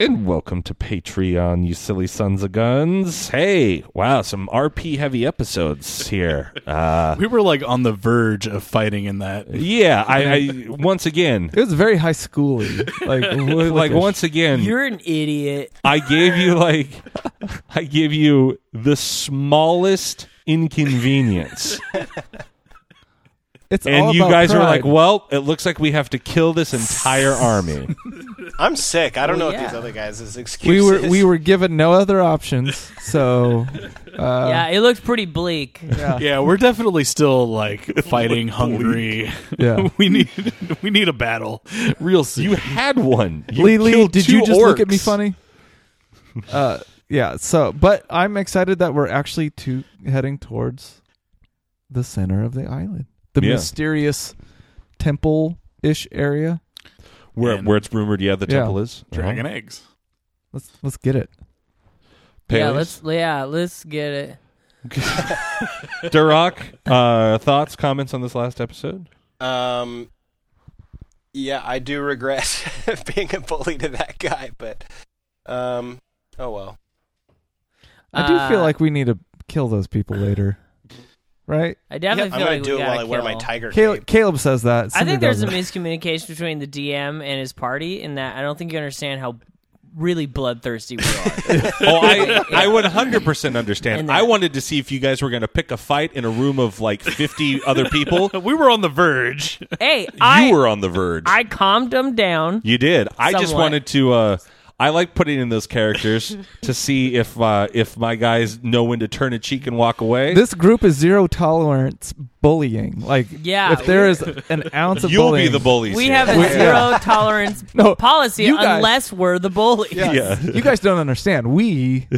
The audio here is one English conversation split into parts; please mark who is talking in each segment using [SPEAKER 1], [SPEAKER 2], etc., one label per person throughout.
[SPEAKER 1] And welcome to Patreon, you silly sons of guns. Hey, wow, some RP heavy episodes here. Uh,
[SPEAKER 2] We were like on the verge of fighting in that.
[SPEAKER 1] yeah, I, I once again,
[SPEAKER 3] It was very high schooly. Like, w-
[SPEAKER 1] like once again,
[SPEAKER 4] You're an idiot.
[SPEAKER 1] I gave you like I gave you the smallest inconvenience.
[SPEAKER 3] it's all
[SPEAKER 1] and you
[SPEAKER 3] about
[SPEAKER 1] guys were
[SPEAKER 3] pride.
[SPEAKER 1] like, "Well, it looks like we have to kill this entire army."
[SPEAKER 5] I'm sick. I
[SPEAKER 4] Well,
[SPEAKER 5] don't know what these
[SPEAKER 4] yeah.
[SPEAKER 5] other guys is
[SPEAKER 3] we
[SPEAKER 5] excuses.
[SPEAKER 3] were we were given no other options, so uh,
[SPEAKER 4] yeah, it looks pretty bleak.
[SPEAKER 3] yeah,
[SPEAKER 2] Yeah, we're definitely still like fighting hungry.
[SPEAKER 3] yeah.
[SPEAKER 2] we need we need a battle real soon.
[SPEAKER 1] You had one. You
[SPEAKER 3] Lee, Lee,
[SPEAKER 1] killed
[SPEAKER 3] did
[SPEAKER 1] two
[SPEAKER 3] you just look at me
[SPEAKER 1] orcs.
[SPEAKER 3] funny? Uh, yeah. So, but I'm excited that we're actually to heading towards the center of the island, the
[SPEAKER 1] Yeah.
[SPEAKER 3] mysterious temple-ish area.
[SPEAKER 1] Where,
[SPEAKER 2] And-
[SPEAKER 1] where it's rumored, yeah, the
[SPEAKER 3] Yeah.
[SPEAKER 1] temple is
[SPEAKER 2] Dragon
[SPEAKER 1] Uh-huh.
[SPEAKER 2] eggs.
[SPEAKER 3] Let's let's get it.
[SPEAKER 4] yeah,
[SPEAKER 1] Peleus?
[SPEAKER 4] let's yeah, let's get it.
[SPEAKER 1] Duroc, uh, thoughts, comments on this last episode?
[SPEAKER 5] Um, yeah, I do regret being a bully to that guy, but um, oh well.
[SPEAKER 3] I do feel
[SPEAKER 4] Uh,
[SPEAKER 3] like we need to kill those people later, right?
[SPEAKER 4] I definitely
[SPEAKER 5] I'm
[SPEAKER 4] feel
[SPEAKER 5] gonna
[SPEAKER 4] like
[SPEAKER 5] do
[SPEAKER 4] we
[SPEAKER 5] it while I
[SPEAKER 4] gotta
[SPEAKER 5] wear my
[SPEAKER 4] kill.
[SPEAKER 5] tiger
[SPEAKER 3] Caleb,
[SPEAKER 5] cape.
[SPEAKER 3] Caleb says that.
[SPEAKER 4] I
[SPEAKER 3] Cinder
[SPEAKER 4] think there's a
[SPEAKER 3] doesn't.
[SPEAKER 4] miscommunication between the DM and his party in that I don't think you understand how really bloodthirsty we are.
[SPEAKER 1] Oh, I, I would 100% understand.
[SPEAKER 4] And
[SPEAKER 1] I
[SPEAKER 4] that-
[SPEAKER 1] wanted to see if you guys were going to pick a fight in a room of like 50 other people.
[SPEAKER 2] We were on the verge.
[SPEAKER 4] hey, I
[SPEAKER 1] you were on the verge.
[SPEAKER 4] I calmed him down.
[SPEAKER 1] you did. I just
[SPEAKER 4] Somewhat.
[SPEAKER 1] wanted to. Uh, I like putting in those characters to see if uh, if my guys know when to turn a cheek and walk away.
[SPEAKER 3] This group is zero tolerance bullying. Like,
[SPEAKER 4] Yeah,
[SPEAKER 3] if there is an ounce of
[SPEAKER 1] You'll
[SPEAKER 3] bullying,
[SPEAKER 1] be the bullies.
[SPEAKER 4] We
[SPEAKER 1] here.
[SPEAKER 4] have a zero tolerance
[SPEAKER 3] No,
[SPEAKER 4] policy
[SPEAKER 3] you guys-
[SPEAKER 4] unless we're the bully.
[SPEAKER 1] yeah.
[SPEAKER 3] you guys don't understand. We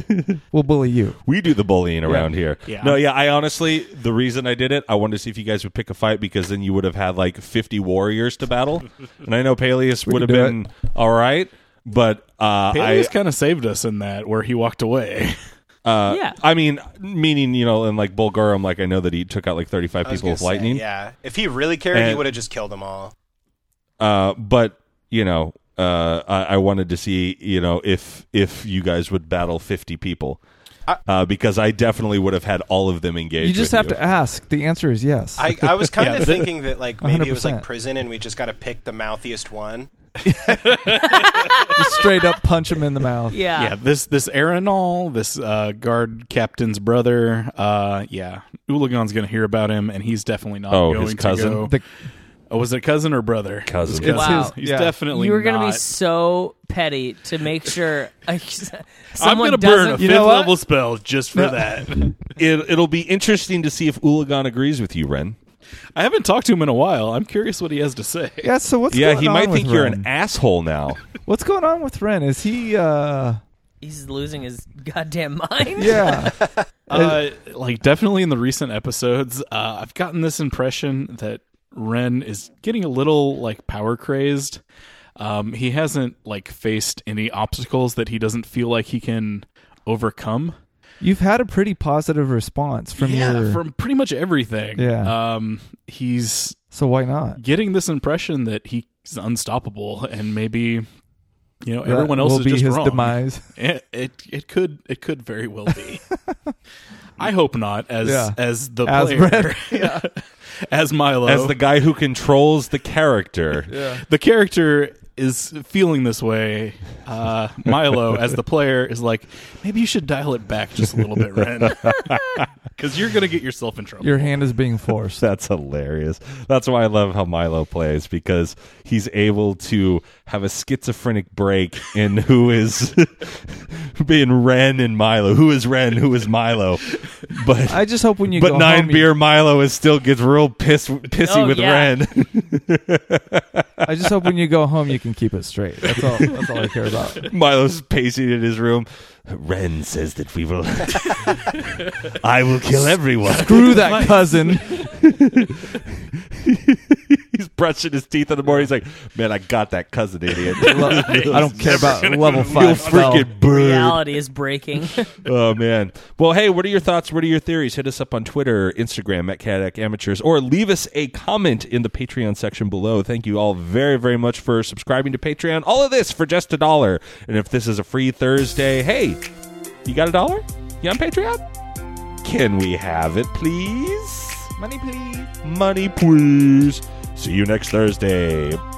[SPEAKER 3] will bully you.
[SPEAKER 1] We do the bullying around here.
[SPEAKER 2] Yeah.
[SPEAKER 1] No, yeah, I honestly, the reason I did it, I wanted to see if you guys would pick a fight because then you would have had like 50 warriors to battle. And I know Peleus would have
[SPEAKER 3] can do
[SPEAKER 1] been all right, but uh,
[SPEAKER 2] Peleus
[SPEAKER 1] I,
[SPEAKER 2] kind of saved us in that where he walked away.
[SPEAKER 1] uh,
[SPEAKER 4] Yeah.
[SPEAKER 1] I mean, meaning, you know, in like Bulgarum, like I know that he took out like 35
[SPEAKER 5] I was
[SPEAKER 1] people with
[SPEAKER 5] gonna say,
[SPEAKER 1] lightning.
[SPEAKER 5] yeah, if he really cared, he
[SPEAKER 1] And-
[SPEAKER 5] would have just killed them all.
[SPEAKER 1] Uh, but, you know, uh, I, I wanted to see, you know, if if you guys would battle 50 people.
[SPEAKER 5] I-
[SPEAKER 1] uh, because I definitely would have had all of them engaged.
[SPEAKER 3] You just
[SPEAKER 1] with
[SPEAKER 3] have to ask. The answer is yes.
[SPEAKER 5] I, I was kind
[SPEAKER 2] Yeah.
[SPEAKER 5] of thinking that like maybe it was
[SPEAKER 3] 100%.
[SPEAKER 5] like prison, and we just got to pick the mouthiest one.
[SPEAKER 3] Just straight up punch him in the mouth.
[SPEAKER 4] Yeah.
[SPEAKER 2] yeah, this this Aranol, this uh, guard captain's brother. Uh, yeah, Ulagon's gonna hear about him, and he's definitely not.
[SPEAKER 1] Oh,
[SPEAKER 2] going
[SPEAKER 1] his
[SPEAKER 2] to
[SPEAKER 1] cousin?
[SPEAKER 2] go-
[SPEAKER 3] The-
[SPEAKER 2] oh, was it cousin or brother?
[SPEAKER 1] Cousin.
[SPEAKER 2] It was
[SPEAKER 4] Wow.
[SPEAKER 2] He's
[SPEAKER 3] yeah.
[SPEAKER 2] definitely.
[SPEAKER 4] you were gonna
[SPEAKER 2] not.
[SPEAKER 4] be so petty to make sure like,
[SPEAKER 2] I'm
[SPEAKER 4] someone
[SPEAKER 2] gonna burn a
[SPEAKER 4] doesn't-
[SPEAKER 2] fifth
[SPEAKER 3] You know what?
[SPEAKER 2] level spell just for that.
[SPEAKER 1] it, it'll be interesting to see if Ulagon agrees with you, Ren.
[SPEAKER 2] I haven't talked to him in a while. I'm curious what he has to say.
[SPEAKER 3] Yeah. So what's
[SPEAKER 1] yeah,
[SPEAKER 3] Going
[SPEAKER 1] he
[SPEAKER 3] on
[SPEAKER 1] might
[SPEAKER 3] with
[SPEAKER 1] think you're
[SPEAKER 3] Ren?
[SPEAKER 1] an asshole now.
[SPEAKER 3] What's going on with Ren? Is he? uh
[SPEAKER 4] He's losing his goddamn mind.
[SPEAKER 3] Yeah.
[SPEAKER 2] Uh, like definitely in the recent episodes, uh, I've gotten this impression that Ren is getting a little like power crazed. Um, he hasn't like faced any obstacles that he doesn't feel like he can overcome.
[SPEAKER 3] You've had a pretty positive response from
[SPEAKER 2] yeah,
[SPEAKER 3] your.
[SPEAKER 2] from pretty much everything.
[SPEAKER 3] Yeah.
[SPEAKER 2] um, he's
[SPEAKER 3] so why not?
[SPEAKER 2] getting this impression that he's unstoppable, and maybe you know
[SPEAKER 3] That
[SPEAKER 2] everyone else
[SPEAKER 3] will
[SPEAKER 2] is
[SPEAKER 3] be
[SPEAKER 2] just
[SPEAKER 3] his
[SPEAKER 2] wrong.
[SPEAKER 3] demise.
[SPEAKER 2] It, it it could it could very well be. I hope not. As
[SPEAKER 3] Yeah.
[SPEAKER 2] as the
[SPEAKER 3] As
[SPEAKER 2] player, as Milo,
[SPEAKER 1] As the guy who controls the character.
[SPEAKER 2] the character is feeling this way. Uh, Milo, as the player, is like, maybe you should dial it back just a little bit, Ren, because you're gonna get yourself in trouble.
[SPEAKER 3] Your hand is being forced.
[SPEAKER 1] That's hilarious. That's why I love how Milo plays because he's able to have a schizophrenic break in who is being Ren and Milo. Who is Ren? Who is Milo? But
[SPEAKER 3] I just hope when you
[SPEAKER 1] but
[SPEAKER 3] go
[SPEAKER 1] nine
[SPEAKER 3] home, you-
[SPEAKER 1] beer Milo is still gets real piss, pissy
[SPEAKER 4] Oh,
[SPEAKER 1] with
[SPEAKER 4] yeah.
[SPEAKER 1] Ren.
[SPEAKER 3] I just hope when you go home you can keep it straight. That's all. That's all I care about.
[SPEAKER 1] Milo's pacing in his room. Ren says that we will. I will kill everyone.
[SPEAKER 3] Screw that cousin.
[SPEAKER 1] he's brushing his teeth in the morning. He's like, man, I got that cousin idiot.
[SPEAKER 3] Lo- I don't care about
[SPEAKER 1] You'll
[SPEAKER 3] level five. spell.
[SPEAKER 1] freaking bird.
[SPEAKER 4] Reality is breaking.
[SPEAKER 1] Oh man. Well, hey, what are your thoughts? What are your theories? Hit us up on Twitter, Instagram at Cadac Amateurs, or leave us a comment in the Patreon section below. Thank you all very, very much for subscribing to Patreon. All of this for just a dollar. And if this is a free Thursday, hey, you got a dollar? You on Patreon? Can we have it, please? Money, please. Money, please. See you next Thursday.